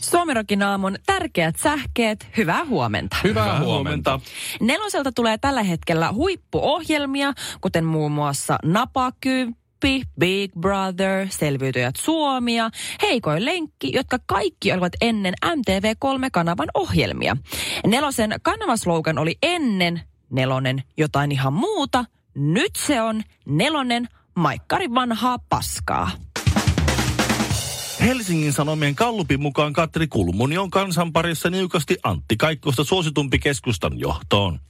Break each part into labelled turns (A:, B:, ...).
A: Suomirokin aamun tärkeät sähkeet, hyvää huomenta.
B: Hyvää huomenta.
A: Neloselta tulee tällä hetkellä huippuohjelmia, kuten muun muassa Napakymppi, Big Brother, Selviytyjät Suomia, Heikoin lenkki, jotka kaikki olivat ennen MTV3-kanavan ohjelmia. Nelosen kanavaslogan oli ennen nelonen jotain ihan muuta, nyt se on nelonen maikkari vanhaa paskaa.
B: Helsingin Sanomien kallupin mukaan Katri Kulmuni on kansan parissa niukasti Antti Kaikkosta suositumpi keskustan johtoon.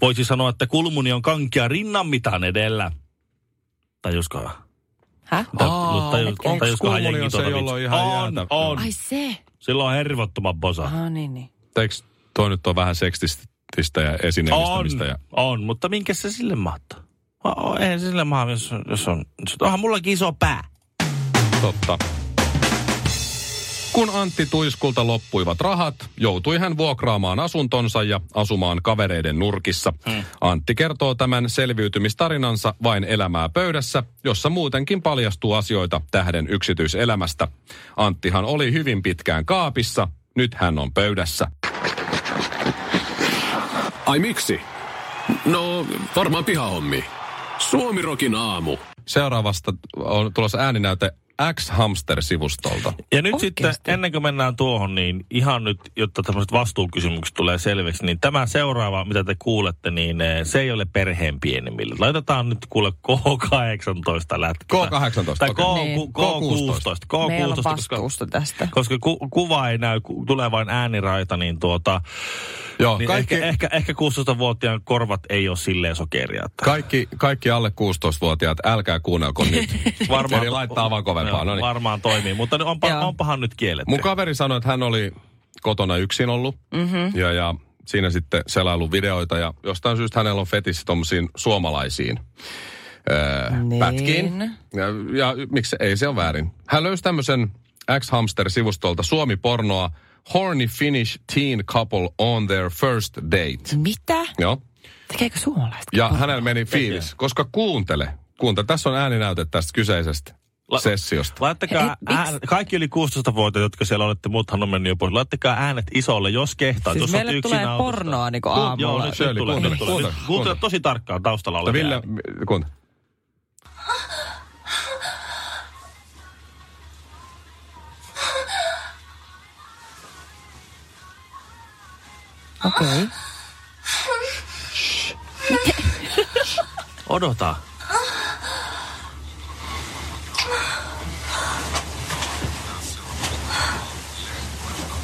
B: Voisi sanoa, että Kulmuni on kankia rinnan mitan edellä. Tai joskaan.
A: Häh?
B: Tai-
C: Aa,
B: tai-
C: onks
B: tai joskaan
C: Kulmuni
B: jengi
C: on se,
B: tuota
C: jolla on
B: vitsi.
C: ihan
B: On,
C: jäätävä?
B: on.
A: Ai se.
B: Sillä on hervottoman bosa.
A: Ah, niin, niin.
C: Eiks toi nyt on vähän seksististä ja
B: On,
C: esineellistämistä? Ja...
B: on, mutta minkä se sille mahtaa? Ma- o- Eihän se sille mahtaa, jos, jos on... jos- Onhan mullakin iso pää.
C: Totta. Kun Antti Tuiskulta loppuivat rahat, joutui hän vuokraamaan asuntonsa ja asumaan kavereiden nurkissa. Hmm. Antti kertoo tämän selviytymistarinansa vain elämää pöydässä, jossa muutenkin paljastuu asioita tähden yksityiselämästä. Anttihan oli hyvin pitkään kaapissa, nyt hän on pöydässä.
D: Ai miksi? No, varmaan pihahommi. Suomirokin aamu.
C: Seuraavasta on tulossa ääninäyte X-Hamster-sivustolta.
B: Ja nyt
A: Oikeesti?
B: sitten, ennen kuin mennään tuohon, niin ihan nyt, jotta tämmöiset vastuukysymykset tulee selväksi, niin tämä seuraava, mitä te kuulette, niin eh, se ei ole perheen pienimmille. Laitetaan nyt kuule K18 lätkää.
C: K18,
B: Tai K,
C: okei.
A: Niin.
B: K, K16. K16.
A: Meillä on
B: koska,
A: vastuusta tästä.
B: koska ku, kuva ei näy, ku, tulee vain ääniraita, niin tuota,
C: Joo,
B: niin
C: kaikki,
B: ehkä, ehkä, ehkä 16-vuotiaan korvat ei ole silleen sokeria. että-
C: Kaikki, kaikki alle 16-vuotiaat, älkää kuunnelko nyt. Varmaan. Eli laittaa vaan kovempaa.
B: Joo,
C: No niin.
B: Varmaan toimii, mutta nyt onpa,
A: Joo.
B: onpahan nyt kielletty.
C: Mun kaveri sanoi, että hän oli kotona yksin ollut. Mm-hmm. Ja, ja siinä sitten selailu videoita. Ja jostain syystä hänellä on fetissi tommosiin suomalaisiin öö,
A: Niin.
C: pätkiin. Ja, ja y- miksi ei se ole väärin. Hän löysi tämmöisen X-Hamster-sivustolta Suomi-pornoa Horny Finnish Teen Couple on their first date.
A: Mitä?
C: Joo.
A: Tekeekö suomalaiset? Siis
C: Ja hänellä meni fiilis, koska kuuntele. Kuuntele, tässä on ääninäyte tästä kyseisestä
B: La-
C: sessiosta.
A: Hei,
B: Laittakaa
A: miksi-
B: ään, kaikki yli 16-vuotiaat, jotka siellä olette, muuthan on mennyt jo pois. Laittakaa äänet isolle, jos kehtaa.
A: Siis
B: jos
A: meille
B: yksin
A: tulee
B: autossa.
A: pornoa niinku
B: Kuun-
A: aamulla.
B: Joo, nyt
C: Shirley,
B: Shirley, tulee.
C: kuuntele,
B: nyt tulee.
C: kuuntele,
B: Nyt-
C: kuuntele.
B: Kuuntele tosi tarkkaan taustalla
C: Mutta
B: olevia
C: No Ville,
B: ääniä.
C: m- kuuntele.
A: Okei. Okay.
B: Odota.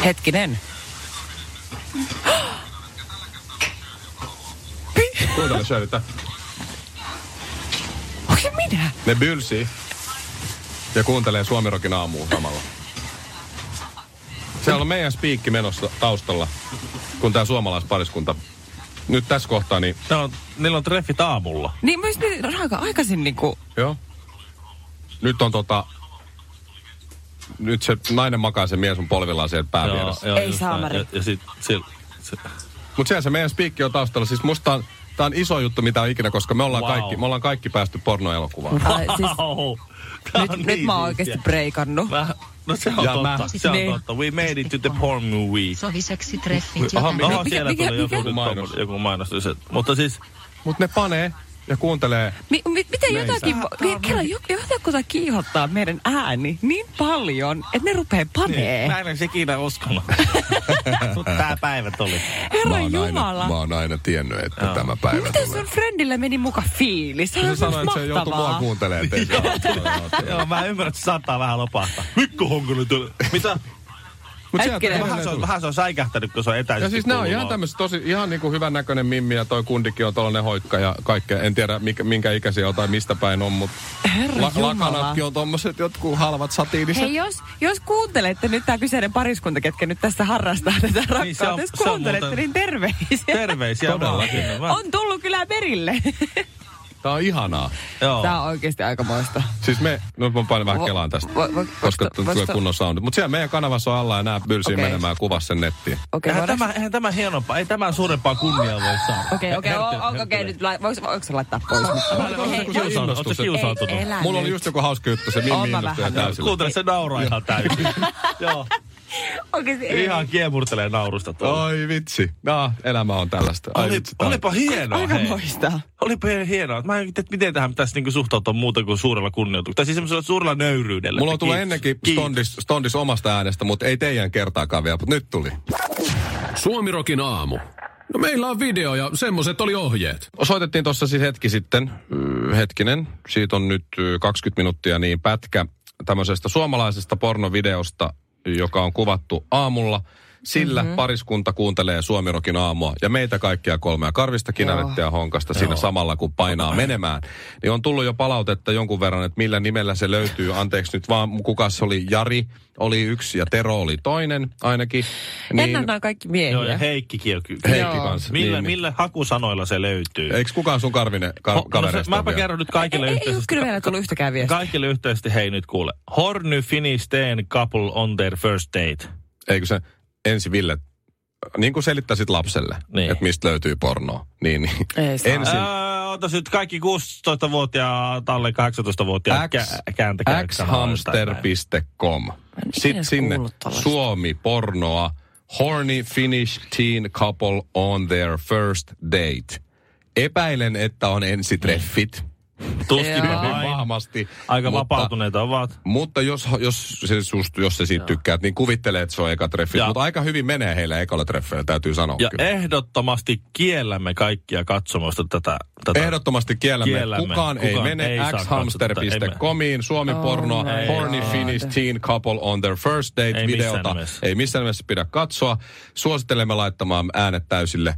A: Hetkinen.
C: Kuuntele Shirley, tää.
A: Onko se minä?
C: Ne bylsii ja kuuntelee Suomirokin aamuun samalla. Siellä on meidän spiikki menossa taustalla, kun tämä suomalaispariskunta. Nyt tässä kohtaa, niin
B: Ne on, niillä on treffit aamulla.
A: Niin myös niin raaka aikaisin niinku...
C: joo. Nyt on tota, nyt se nainen makaa se mies on polvillaan siellä päävieressä.
A: Ei
B: just
A: saamari.
B: näin. Ja, ja sit, sit, sit,
C: Mutta siellä se meidän spiikki on taustalla. Siis musta on, tää on iso juttu, mitä on ikinä, koska me ollaan,
B: Wow.
C: wow. kaikki, me ollaan kaikki päästy pornoelokuvaan.
A: Ai, siis,
B: Au. Tää
A: nyt,
B: on
A: nyt
B: niin
A: mä oon
B: siistiä.
A: oikeesti breikannut.
B: Mä- No se on
C: Ja
B: totta,
C: mä-
B: se on
A: Niin.
B: totta. We made it to the porn movie.
E: Soviseksi treffit
C: Aha,
E: jotain.
C: minä-
B: No,
A: mikä-
B: siellä
A: mikä-
B: tuli joku,
A: mikä-
B: joku mainos. Joku mainos. Se- Mutta siis,
C: Mutta ne panee ja kuuntelee.
A: Mi, mi, miten jotakin... Mi,
C: niin-
A: kerran jo- jotakuta kiihottaa meidän ääni niin paljon, että ne rupee panee.
C: Niin.
B: Mä en sekinä uskonut. Mut tää päivä tuli.
A: Herra
C: aina, mä
A: Jumala.
C: oon aina tiennyt, että Joo. tämä päivä
A: Miten
C: tulee.
A: sun friendillä meni muka fiilis? Sehän siis
C: Se sanoi, että se joutui mua
A: mahtavaa.
C: kuuntelemaan teitä.
B: Joo, mä ymmärrän, että se saattaa vähän lopahtaa. Mikko Honkonen tuli. Mitä?
C: Mut sieltä
A: Hetkinen.
C: tulee-
B: Vähän se, on, vähän se on säikähtänyt, kun se on
C: Ja
B: etäisesti
C: siis nämä on
B: kuulunut.
C: ihan tämmöiset tosi, ihan niinku hyvän näköinen mimmi ja toi kundikin on tollanen hoikka ja kaikkea. En tiedä mikä, minkä ikäisiä on tai mistä päin on, mutta
A: Herra Jumala.
C: lakanatkin on tommoset jotkut halvat satiiniset.
A: Hei, jos, jos kuuntelette nyt tämä kyseinen pariskunta, ketkä nyt tässä harrastaa tätä rakkautta,
B: Niin se on-
A: jos
B: se on
A: kuuntelette,
B: muuten-
A: niin terveisiä.
B: Terveisiä vaan. sinne vaan.
A: on tullut kyllä perille.
C: Tää on ihanaa.
B: Joo.
A: Tämä on oikeasti aikamoista.
C: Siis me, no mä painan vähän
A: Vo-
C: kelaan tästä,
A: vo- vo-
C: koska
A: voisko-
C: tulee
A: voisko-
C: kunnon soundi. Mutta siellä meidän kanavassa on alla ja nää pylsii
A: Okei.
C: menemään kuvassa sen nettiin.
A: Okei,
B: Eihän
A: okay,
B: tämä, eihän tämä hienompaa, ei tämä suurempaa kunniaa voi saada.
A: Okei, okei,
B: Herttele-
A: o- o- okei,
B: herttele.
A: nyt lai- voiko, voiko se laittaa pois? Mutta...
B: Oletko kiusaantunut? Oletko
C: Innostukset.
B: kiusaantunut?
A: Ei, elä
C: Mulla oli
A: nyt.
C: just joku hauska juttu, se
A: Oon
C: Mimmi
A: mä
C: innostui
A: vähän.
C: täysillä.
B: Kuuntele, se nauraa ihan täysin. Joo,
A: Oikeasti ei.
B: ihan kiemurtelee naurusta tuolla.
C: Ai vitsi. No, elämä on tällaista. Ai
B: Oli,
C: vitsi, tää on-
B: olipa hienoa, hei.
A: Aikamoista.
B: Olipa hienoa. Mä en tiedä, että miten tähän pitäisi niinku suhtautua muuta kuin suurella kunnioituksella. Tai siis semmoisella suurella nöyryydellä.
C: Mulla on
B: Että
C: tullut
B: kiitos.
C: ennenkin
B: Kiitos.
C: stondis, stondis omasta äänestä, mutta ei teidän kertaakaan vielä, mutta nyt tuli.
D: Suomirokin aamu. No meillä on video ja semmoset oli ohjeet.
C: Soitettiin tuossa siis hetki sitten, mm, hetkinen, siitä on nyt ö, 20 minuuttia niin pätkä tämmöisestä suomalaisesta pornovideosta, joka on kuvattu aamulla. Sillä
B: Mhm.
C: mm-hmm. pariskunta kuuntelee Suomirokin aamua ja meitä kaikkia kolmea, Karvista, Kinarettä ja Honkasta siinä samalla kun painaa menemään. Niin on tullut jo palautetta jonkun verran, että millä nimellä se löytyy. Anteeksi nyt vaan, kukas oli Jari, oli yksi ja Tero oli toinen ainakin.
A: Niin. Ennen nämä kaikki
B: Joo, ja
A: miehiä.
B: Heikkikin on kyllä.
C: Heikki
A: Joo.
C: kanssa.
B: Millä,
C: niin,
B: millä hakusanoilla se löytyy?
C: Niin. Eikö kukaan sun karvinen ka-
B: Ho- no se,
C: kavereista
B: mäpä
C: ole vielä?
B: kerron nyt
A: Ei,
B: kaikille
A: ei, ei ole
B: yhteisesti.
A: kyllä vielä tullut yhtäkään viestiä.
B: Kaikille yhteisesti, hei nyt kuule. Horny Finnish teen couple on their first date.
C: eikö se ensi Ville, niin kuin selittäisit lapselle,
B: Niin.
C: niin. että mistä löytyy pornoa, niin, niin.
A: Ei saa.
C: ensin
B: Öö, otas nyt kaikki 16-vuotiaat, alle 18-vuotiaat kä- kääntäkää. nyt sanoja tai näin.
C: xhamster.com. Sitten
A: edes
C: sinne
A: kuullut tällaista.
C: Suomi pornoa, horny Finnish teen couple on their first date. Epäilen, että on
B: Niin.
C: ensitreffit.
B: Tuskinpa
A: Joo.
B: vain.
C: Vahvasti.
B: Aika
C: mutta-
B: vapautuneita ovat.
C: Mutta jos, jos, se sust, jos se siitä tykkäät, niin kuvittele, että se on eka treffi.
B: Ja.
C: Mutta aika hyvin menee heillä ekalla treffeillä, täytyy sanoa
B: Ja
C: kyllä.
B: ehdottomasti kiellämme kaikkia katsomasta tätä. tätä.
C: Ehdottomasti kiellämme.
B: Kiellämme.
C: kiellämme. Kukaan,
B: Kukaan
C: ei mene
B: ei saa
C: xhamster.comiin. Suomi porno,
A: my
C: horny
A: God.
C: Finnish teen couple on their first date
B: Ei missään
C: videota.
B: nimessä.
C: ei missään nimessä pidä katsoa. Suosittelemme laittamaan äänet täysille.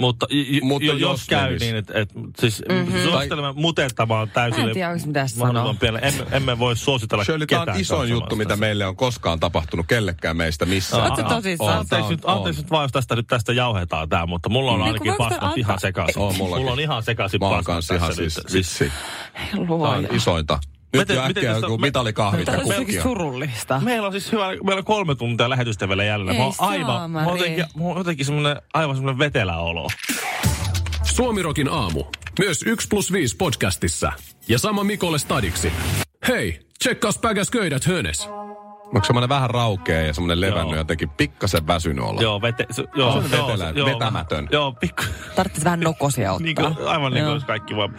B: Mutta, j- Mutta
C: Mutta
B: jos, jos
C: jos
B: käy
C: menis.
B: niin, että et, siis mm-hmm. suosittelemme mutettamaan
A: Mä
B: täysille.
A: Mhm. en tiedä, onko mitä sanoa.
B: mahdollisimman pienelle. Emme, emme voi suositella
C: Shirley, tämä
B: ketään.
C: on isoin
B: katsomasta
C: juttu, mitä
B: sitä.
C: meille on koskaan tapahtunut kellekään meistä missään.
A: Ootko tosissaan?
C: On,
B: Anteeksi,
C: on,
B: nyt,
C: on.
B: anteeksi nyt vaan, jos tästä nyt tästä jauhetaan tää, mutta mulla on
A: Niin,
B: ainakin
A: kun voiko
B: paskat
A: antaa-
B: ihan sekaisin.
C: On mullakin.
B: mulla on ihan sekaisin
C: Mä oon
B: paskat
C: kanssa ihan siis,
B: siis,
C: vitsi. Tää on
A: Luoja.
C: isointa. Nyt
B: Miten-
C: jo
B: miten
C: äkkiä
B: tästä-
C: joku
B: me-
C: mitalikahvit
A: Tämä
C: ja
A: on jotenkin
C: kukia.
A: surullista.
B: Meillä on siis hyvä, meillä on kolme tuntia lähetystä vielä jäljellä. Mä
A: Ei
B: oon aivan, mä oon
A: saamari.
B: jotenkin, mä oon jotenkin semmonen, aivan semmonen vetelä olo.
D: Suomirokin aamu. Myös 1 plus 5 podcastissa. Ja sama Mikolle stadiksi. Hei, tsekkaus päkäs köydät hönes.
C: Onko semmoinen vähän raukea ja semmoinen
B: Joo.
C: levännyt jotenkin pikkasen väsynyt olla?
B: Joo, vete, se, joo,
C: Se on
B: joo,
C: vetelä-
B: joo,
C: vetämätön.
B: Joo, pikku,
A: Tarvitsisi vähän nokosia ottaa.
B: niin kuin, aivan niin kuin olisi kaikki vaan.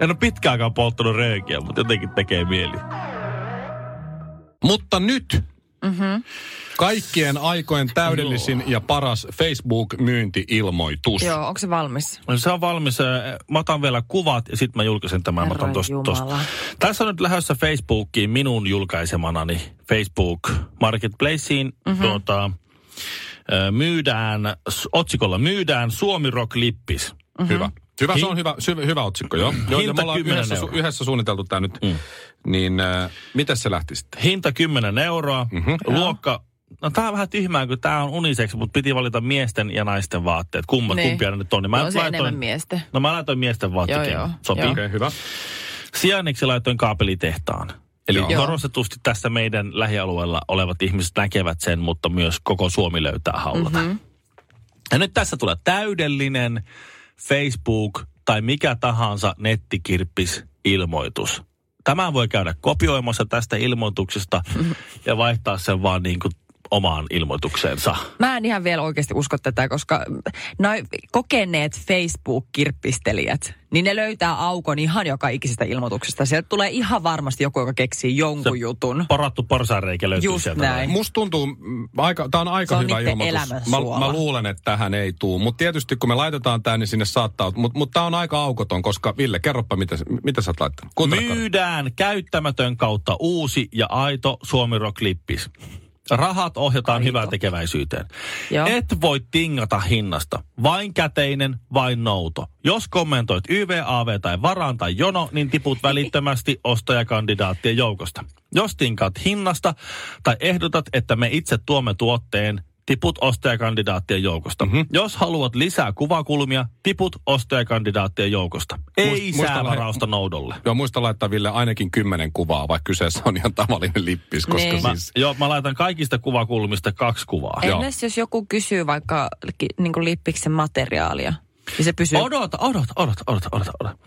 B: En ole pitkäänkään polttanut röökiä, mutta jotenkin tekee mieli.
C: Mutta nyt mm-hmm. kaikkien aikojen täydellisin ja paras Facebook-myynti-ilmoitus.
A: Joo, onko se valmis?
B: No Se on valmis. ö, Mä otan vielä kuvat ja sitten mä julkaisen tämän. Mä otan
A: Herran
B: tosta, tosta.
A: Jumala.
B: Tässä on nyt lähdössä Facebookiin minun julkaisemanani Facebook Marketplaceen.
A: Mhm.
B: Mm-hmm. Tuota, ö, myydään, s- otsikolla myydään Suomi Rock Lippis.
C: Hyvä.
A: Mm-hmm.
C: Hyvä, se
B: Hin-
C: on hyvä, syv- hyvä otsikko, joo. joo ja
B: Hinta
C: me ollaan
B: 10
C: yhdessä,
B: euroa.
C: su- yhdessä suunniteltu tämä nyt. Mm. Niin, äh, miten se lähti sitten?
B: Hinta 10 euroa. Mm-hmm. Luokka, no tää on vähän tyhmää, kun tää on uniseksi, mutta piti valita miesten ja naisten vaatteet. Kumma,
A: Niin.
B: Kumpia ne nyt on. Niin
A: No on se enemmän miesten.
B: No mä laitoin miesten vaatteet.
A: Joo, joo.
B: Sopii.
A: Joo.
C: Okei, okay, hyvä.
B: Sijainniksi laitoin kaapelitehtaan. Eli
C: Joo.
B: Joo. korostetusti tässä meidän lähialueella olevat ihmiset näkevät sen, mutta myös koko Suomi löytää haulata. Mm-hmm. Ja nyt tässä tulee täydellinen Facebook tai mikä tahansa nettikirppis ilmoitus. Tämän voi käydä kopioimassa tästä ilmoituksesta ja vaihtaa sen vaan niin kuin omaan ilmoitukseensa.
A: Mä en ihan vielä oikeasti usko tätä, koska mm, noi kokeneet Facebook-kirppistelijät, niin ne löytää aukon ihan joka ikisestä ilmoituksesta. Sieltä tulee ihan varmasti joku, joka keksii jonkun
B: Se-
A: se, jutun.
B: Porattu porsareikä löytyy
A: Just
B: sieltä.
A: näin.
C: Musta tuntuu, mm, aika, tää on aika
A: Se on
C: hyvä
A: niitten elämän
C: ilmoitus. Mä,
A: suola.
C: mä, luulen, että tähän ei tuu. Mutta tietysti kun me laitetaan tää, niin sinne saattaa, mutta mut tää on aika aukoton, koska Ville, kerropa, mitä, mitä sä oot laittanut. Kuuntele, Kari.
B: Myydään käyttämätön kautta uusi ja aito Suomi Rock Lippis. Rahat ohjataan hyvään tekeväisyyteen.
A: Joo.
B: Et voi tingata hinnasta. Vain käteinen, vain nouto. Jos kommentoit YVAV tai varaan tai jono, niin tiput välittömästi ostajakandidaattien joukosta. Jos tinkaat hinnasta tai ehdotat, että me itse tuomme tuotteen, tiput ostajakandidaattien joukosta. Mm-hmm. Jos haluat lisää kuvakulmia, tiput ostajakandidaattien joukosta. Ei
C: muista
B: sää
C: lai-
B: varausta noudolle.
C: Joo, muista laittaa Ville ainakin kymmenen kuvaa, vaikka kyseessä on ihan tavallinen lippis, koska
A: Niin.
C: niin.
B: Mä,
C: siis...
B: joo, mä laitan kaikista kuvakulmista kaksi kuvaa.
C: Joo.
A: Entäs jos joku kysyy vaikka ki, niin kuin lippiksen materiaalia, niin se pysyy...
B: Odota, odota, odota, odota, odota, odota.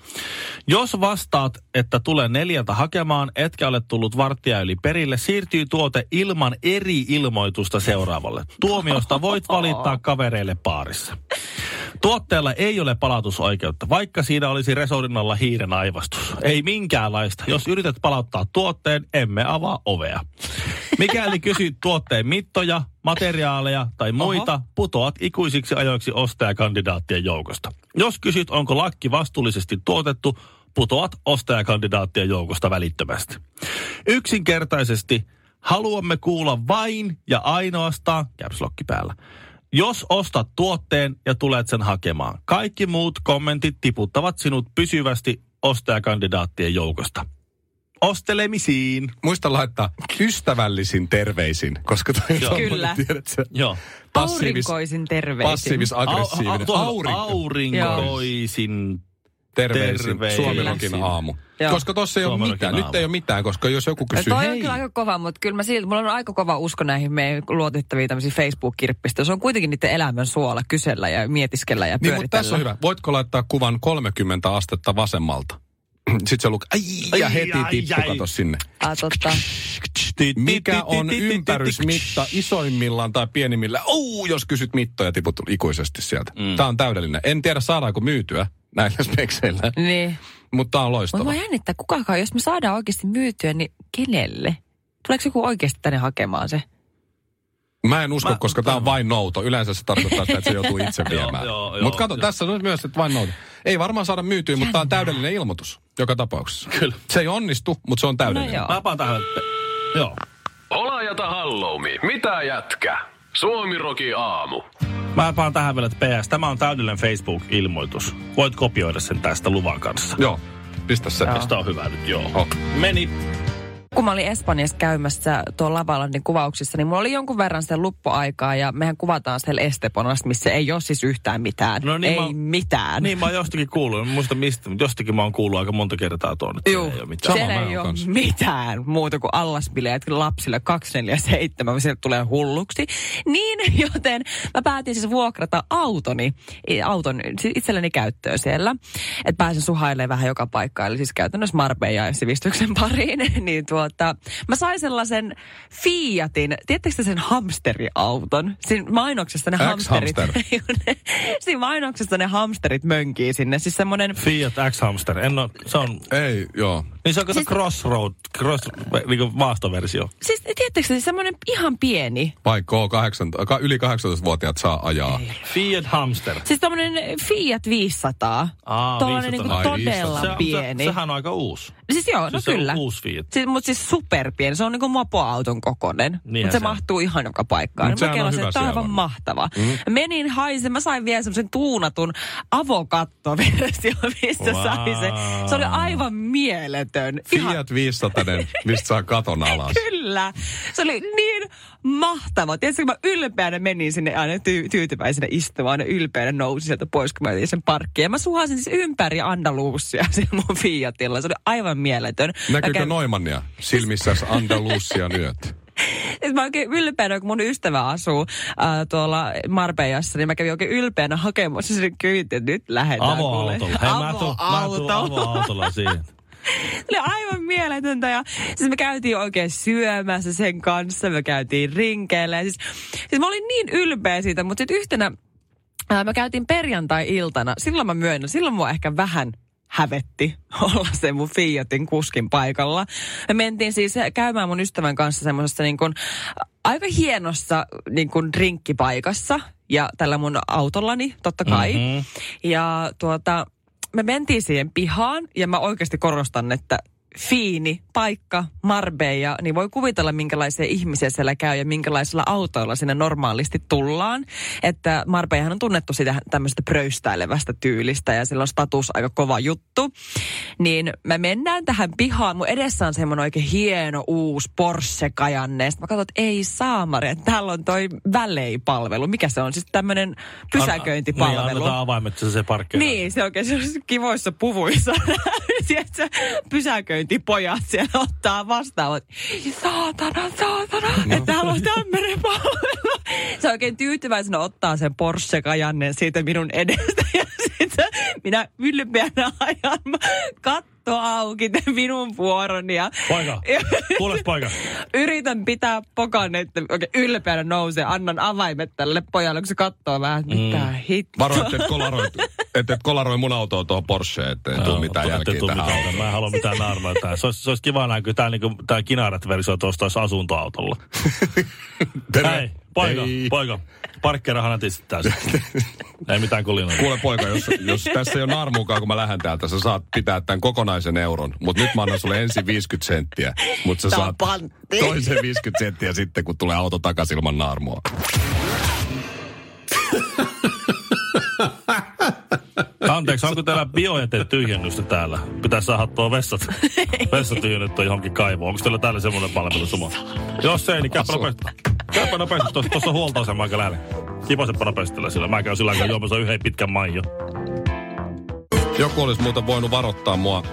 B: Jos vastaat, että tulee neljältä hakemaan, etkä ole tullut varttia yli perille, siirtyy tuote ilman eri ilmoitusta seuraavalle. Tuomiosta voit valittaa kavereille paarissa. Tuotteella ei ole palautusoikeutta, vaikka siinä olisi resorin alla hiiren aivastus. Ei minkäänlaista. Jos yrität palauttaa tuotteen, emme avaa ovea. Mikäli kysyt tuotteen mittoja, materiaaleja tai muita, Oho. putoat ikuisiksi ajoiksi ostajakandidaattien joukosta. Jos kysyt, onko lakki vastuullisesti tuotettu, putoat ostajakandidaattien joukosta välittömästi. Yksinkertaisesti haluamme kuulla vain ja ainoastaan, caps lock päällä, jos ostat tuotteen ja tulet sen hakemaan. Kaikki muut kommentit tiputtavat sinut pysyvästi ostajakandidaattien joukosta. Ostelemisiin!
C: Muista laittaa ystävällisin terveisin, koska toi on tommonen,
A: Kyllä.
C: tiedätkö,
B: Joo.
C: passiivis,
A: Aurinkoisin terveisin.
C: passiivis-aggressiivinen.
B: Au- au-
C: Aurinko.
B: Aurinkoisin.
C: terveisin.
B: Terveisin.
C: Suomirokin aamu.
A: Joo.
C: Koska tossa ei ole
B: Suomirokin
C: mitään.
B: aamu.
C: Nyt ei ole mitään, koska jos joku
A: Ja
C: kysyy,
A: Toi on
C: hei,
A: kyllä aika kova, mutta kyllä mä silti, mulla on aika kova usko näihin meidän luotettaviin tämmöisiin Facebook-kirppistä. Se on kuitenkin niiden elämän suola kysellä ja mietiskellä ja
C: niin
A: pyöritellä.
C: mutta tässä on hyvä. Voitko laittaa kuvan 30 astetta vasemmalta? Sitten se lukee, ai, ja
B: Ai,
C: heti
B: ai,
C: tippu,
B: ai.
C: kato sinne.
A: Ah, totta.
C: Mikä on ympärysmitta isoimmillaan tai pienimmillä? Uu, jos kysyt mittoja, tiput ikuisesti sieltä. Mm. Tämä on täydellinen. En tiedä, saadaanko myytyä näillä spekseillä,
A: Niin.
C: mutta tämä
A: Mutta
C: on loistava.
A: mä jännittää kukakaan, jos me saadaan oikeasti myytyä, niin kenelle? Tuleeko joku oikeasti tänne hakemaan se?
C: Mä en usko,
B: Mä-
C: koska tämä on vain nouto. Yleensä se tarkoittaa sitä, että se joutuu itse
B: Joo,
C: viemään.
B: joo, joo,
C: Mutta kato,
B: joo.
C: tässä on myös, että vain nouto. Ei varmaan saada myytyä, mutta tämä on täydellinen ilmoitus joka tapauksessa. Kyllä. Se ei onnistu, mutta se on täydellinen.
A: No joo.
B: Mä paan tähän. Joo.
F: Olajata halloumi. Mitä jätkä? Suomiroki aamu.
B: Mä paan tähän vielä, että PS, tämä on täydellinen Facebook-ilmoitus. Voit kopioida sen tästä luvan kanssa.
C: Joo, pistä se.
B: Tästä on hyvä nyt, joo.
C: Oh.
B: Meni.
A: Kun mä olin Espanjassa käymässä tuolla Lavalandin kuvauksissa, niin mulla oli jonkun verran sitä luppoaikaa ja mehän kuvataan siellä Esteponasta, missä ei ole siis yhtään mitään.
B: No niin,
A: ei
B: mä oon-
A: mitään.
B: Niin mä oon jostakin kuullut, en muista mistä, mutta jostakin mä oon kuullut aika monta kertaa tuon, että
A: Juu,
B: siellä ei ole mitään.
A: siellä
C: mä
A: ei
C: oon
A: ole
C: kanssa.
A: mitään muuta kuin allasbileet lapsille 247, sieltä tulee hulluksi. Niin, joten mä päätin siis vuokrata autoni, i- auton siis itselleni käyttöön siellä. Että pääsen suhailemaan vähän joka paikkaan, eli siis käytännössä Marbella ja sivistyksen pariin. niin tuota, mä sain sellaisen Fiatin, tiedättekö te sen hamsteriauton? Siinä mainoksessa ne hamsterit.
C: X-hamster.
A: Siinä mainoksessa ne hamsterit mönkii sinne. Siis semmoinen
B: Fiat X-Hamster, en oo, se on,
C: Ei, joo.
B: niin se on kato
A: Siis-
B: Crossroad, cross, niin maastoversio.
A: Siis tiedättekö, siis semmoinen ihan pieni.
C: Vai K18, ka- yli 18-vuotiaat saa ajaa.
B: Fiat Hamster.
A: Siis tommonen Fiat 500.
B: Aa,
A: Tuollainen
B: 500.
A: niinku
C: Ai, 500.
A: todella
B: Se on-
A: pieni.
B: Se, sehän on aika uusi.
A: siis joo, no
B: siis se on
A: kyllä.
B: uusi Fiat.
A: Siis, mutta siis superpieni. Se on niinku mopoauton kokoinen.
B: Niinhän
A: mutta se,
B: se on.
A: mahtuu ihan joka paikkaan. Mä
C: Mut sehän on
A: kelasin,
C: hyvä
A: että tää on
C: siellä
A: aivan
C: on.
A: mahtava. Mm-hmm. Menin haisen, mä sain vielä semmoisen tuunatun avokattoversio, mistä
B: Wow.
A: sai se. Se oli aivan mieletön. Ihan
C: Fiat 500, mistä saa katon alas.
A: Kyllä. Se oli niin mahtava. Tiedätkö, kun mä ylpeänä menin sinne aina tyy- tyytyväisenä istumaan, aina ylpeänä nousin sieltä pois, kun mä jätin sen parkkiin. Ja mä suhasin siis ympäri Andalusia sillä mun Fiatilla. Se oli aivan mieletön. mä,
C: Näkyykö
A: kävin-
C: Noimannia silmissäs Andalusian yöt?
A: Siis mä oikein ylpeänä, kun mun ystävä asuu äh, tuolla Marbejassa, niin mä kävin oikein ylpeänä hakemassa sen kyyti, että nyt lähdetään. kuule.
B: Avoautolla. Hei, mä tuun, mä tuun
A: Avoautolla.
B: avoautolla siihen.
A: oli aivan mieletöntä ja siis me käytiin oikein syömässä sen kanssa, me käytiin rinkeillä ja siis, siis mä olin niin ylpeä siitä, mutta sitten yhtenä ää, mä käytiin perjantai-iltana, silloin mä myönnän, silloin mua ehkä vähän hävetti olla se mun Fiatin kuskin paikalla. Me mentiin siis käymään mun ystävän kanssa semmoisessa niin kuin aika hienossa niin kuin drinkkipaikassa ja tällä mun autollani totta kai. Mm-hmm. Ja tuota, me mentiin siihen pihaan ja mä oikeasti korostan, että fiini paikka, Marbeja, niin voi kuvitella, minkälaisia ihmisiä siellä käy ja minkälaisilla autoilla sinne normaalisti tullaan. Että Marbejahan on tunnettu sitä tämmöistä pröystäilevästä tyylistä ja sillä on status aika kova juttu. Niin me mennään tähän pihaan. Mun edessä on semmoinen oikein hieno uusi Porsche Cayenne. Sitten mä katson, että ei saamari, että täällä on toi väleipalvelu. Mikä se on? Siis tämmöinen pysäköintipalvelu.
B: Niin, annetaan avaimet, se se parkkeeraa.
A: Niin, se oikein sellaisissa kivoissa puvuissa. Tiedätkö, pysäköintipojat siellä ottaa vastaan. Mut, Saatana, saatana, no. että täällä on tämmöinen palvelu. Se oikein tyytyväisenä ottaa sen Porsche Cayennen siitä minun edestä. Ja sitten minä ylpeänä ajan katto auki tämän minun vuoroni. Ja,
B: Paikka.
A: ja
B: Kuules paikka.
A: yritän pitää pokan, että oikein ylpeänä nousee. Annan avaimet tälle pojalle, kun se katsoo vähän, että mitä mm. hittoa.
C: Varo, että et kolaroi, et, et kolaroi mun autoa tuohon Porscheen, ettei tuu mitään jälkiä
B: tuu
C: tähän.
B: mitään. Mä en halua mitään naarmaa tähän. Se olisi, se olisi kiva nähdä, kun tämä, niin tämä kinaret-versio tuosta olisi asuntoautolla.
C: Terve.
B: Hei, poika,
C: Hei.
B: poika. Parkkeerahan nätisti tässä. Ei mitään kulinoita.
C: Kuule poika, jos, jos tässä ei ole naarmuukaan, kun mä lähden täältä, sä saat pitää tämän kokonaisen euron. Mutta nyt mä annan sulle ensin 50 senttiä. Mutta sä
A: Tää on
C: saat
A: pantti.
C: toisen 50 senttiä sitten, kun tulee auto takaisin ilman naarmua.
B: Anteeksi, onko täällä biojäte tyhjennystä täällä? Pitää saada tuo vessat, vessat tyhjennettyä johonkin kaivoon. Onko teillä täällä semmoinen palvelu suma? Jos ei, niin käypä
C: Asu.
B: nopeasti. Käypä nopeasti, tuossa, tuossa on huoltoasema aika lähellä. Kipasepa nopeasti tällä sillä. Mä käyn sillä aikaa juomassa yhden pitkän maijon.
C: Joku olisi muuten voinut varottaa mua,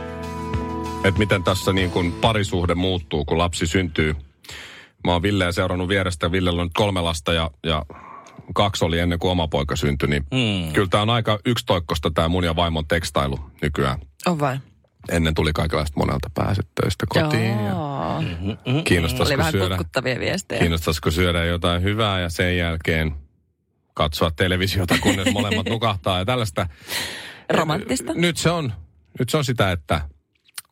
C: että miten tässä niin kuin parisuhde muuttuu, kun lapsi syntyy. Mä oon Villeä seurannut vierestä. Villellä on nyt kolme lasta ja, ja kaksi oli ennen kuin oma poika syntyi. Niin mm. Kyllä tämä on aika yksitoikkosta tämä mun ja vaimon tekstailu nykyään.
A: On vain.
C: Ennen tuli kaikenlaista monelta pääset töistä kotiin. Ja Mm.
A: Joo. Oli
C: kiinnostaisiko
A: vähän
C: syödä,
A: kutkuttavia viestejä.
C: kiinnostaisiko syödä jotain hyvää ja sen jälkeen katsoa televisiota, kunnes molemmat nukahtaa ja tällaista.
A: Romanttista.
C: Nyt se on, nyt se on sitä, että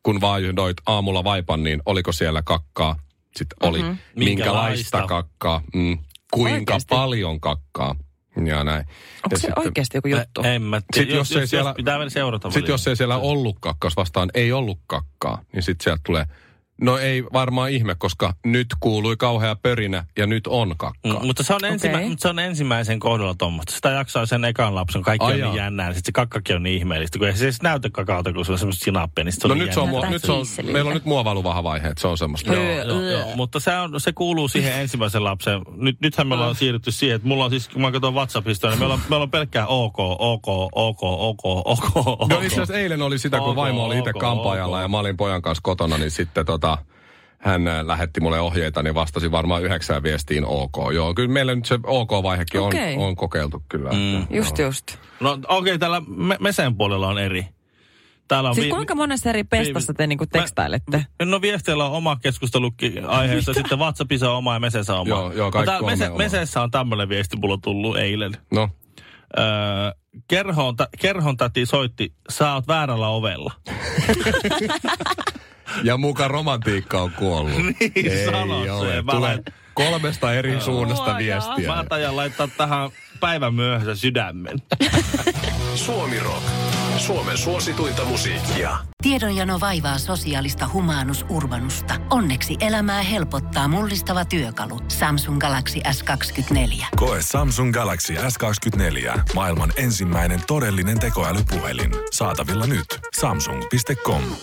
C: kun vaihdoit aamulla vaipan, niin oliko siellä kakkaa? Sitten oli. Mm-hmm.
B: Minkälaista?
C: Minkälaista kakkaa? Mm. Kuinka
A: Mhm. Oikeesti?
C: paljon kakkaa? Ja näin.
A: Onko
C: ja
A: se oikeasti joku juttu?
B: En mä
C: Sit
B: tiedä.
C: jos ei siellä-
B: pitää vielä seurata.
C: Sitten
B: välillä.
C: jos ei siellä ollut kakkaa, jos vastaan ei ollut kakkaa, niin sitten sieltä tulee, no ei varmaan ihme, koska nyt kuului kauhea pörinä ja nyt on kakkaa.
B: Mm, mutta se on, ensimmä,
A: Okei.
B: mutta se on ensimmäisen kohdalla tuommoista. Sitä jaksaa sen ekan lapsen, kun kaikki Ai
C: Ai
B: on niin
C: jaa.
B: jännää, niin sitten se kakkakin on niin ihmeellistä, kun ei se edes näytä kakalta, kun se on semmoista sinappia, niin sit se on
C: No
B: niin
C: nyt se on,
B: jännää.
C: mua,
A: Näyttää
C: nyt se on,
A: kiisseliltä.
C: meillä on nyt muovailuvahvaihe, että se on semmoista.
A: Joo.
B: Joo, joo. Mutta se, on, se kuuluu siihen ensimmäisen lapsen. Nyt, nythän me ollaan siirrytty siihen, että mulla on siis, kun mä katson WhatsAppista, niin meillä on, meillä on pelkkää OK, OK, OK, OK, OK, OK.
C: No itse asiassa eilen oli sitä, kun
B: Ok,
C: vaimo oli itse
B: ok,
C: kampaajalla
B: ok.
C: ja mä olin pojan kanssa kotona, niin sitten tota, hän äh, lähetti mulle ohjeita, niin vastasin varmaan yhdeksään viestiin OK. Joo, kyllä meillä nyt se OK-vaihekin
A: Okei.
C: on, on kokeiltu kyllä. Mm.
A: Just just.
B: No okei, okay, täällä me, mesen puolella on eri. Täällä on
A: Siis
B: No vi-
A: kuinka monessa eri pestassa te niinku tekstailette?
B: Mä- No viesteillä on oma keskustelukki aiheessa, sitten WhatsAppissa on oma ja Mesessä on oma.
C: Joo, joo,
B: No
C: kaikki
B: tää-
C: kolme
B: mese,
C: on.
B: Mesessä on tämmöinen viesti mulla tullut eilen.
C: No,
B: Öö, kerhon, ta- kerhon täti soitti, sä oot väärällä ovella.
C: ja muka romantiikka on kuollut.
B: Niin, sano se, mä
C: Tulee
B: laitan-
C: kolmesta eri suunnasta
A: Luoja.
C: viestiä.
B: Mä tajan laittaa tähän päivän myöhässä sydämen.
F: Suomi Rock. Suomen suosituinta musiikkia.
E: Tiedonjano vaivaa sosiaalista humanus urbanusta. Onneksi elämää helpottaa mullistava työkalu. Samsung Galaxy S24.
G: Koe Samsung Galaxy S24. Maailman ensimmäinen todellinen tekoälypuhelin. Saatavilla nyt. Samsung.com.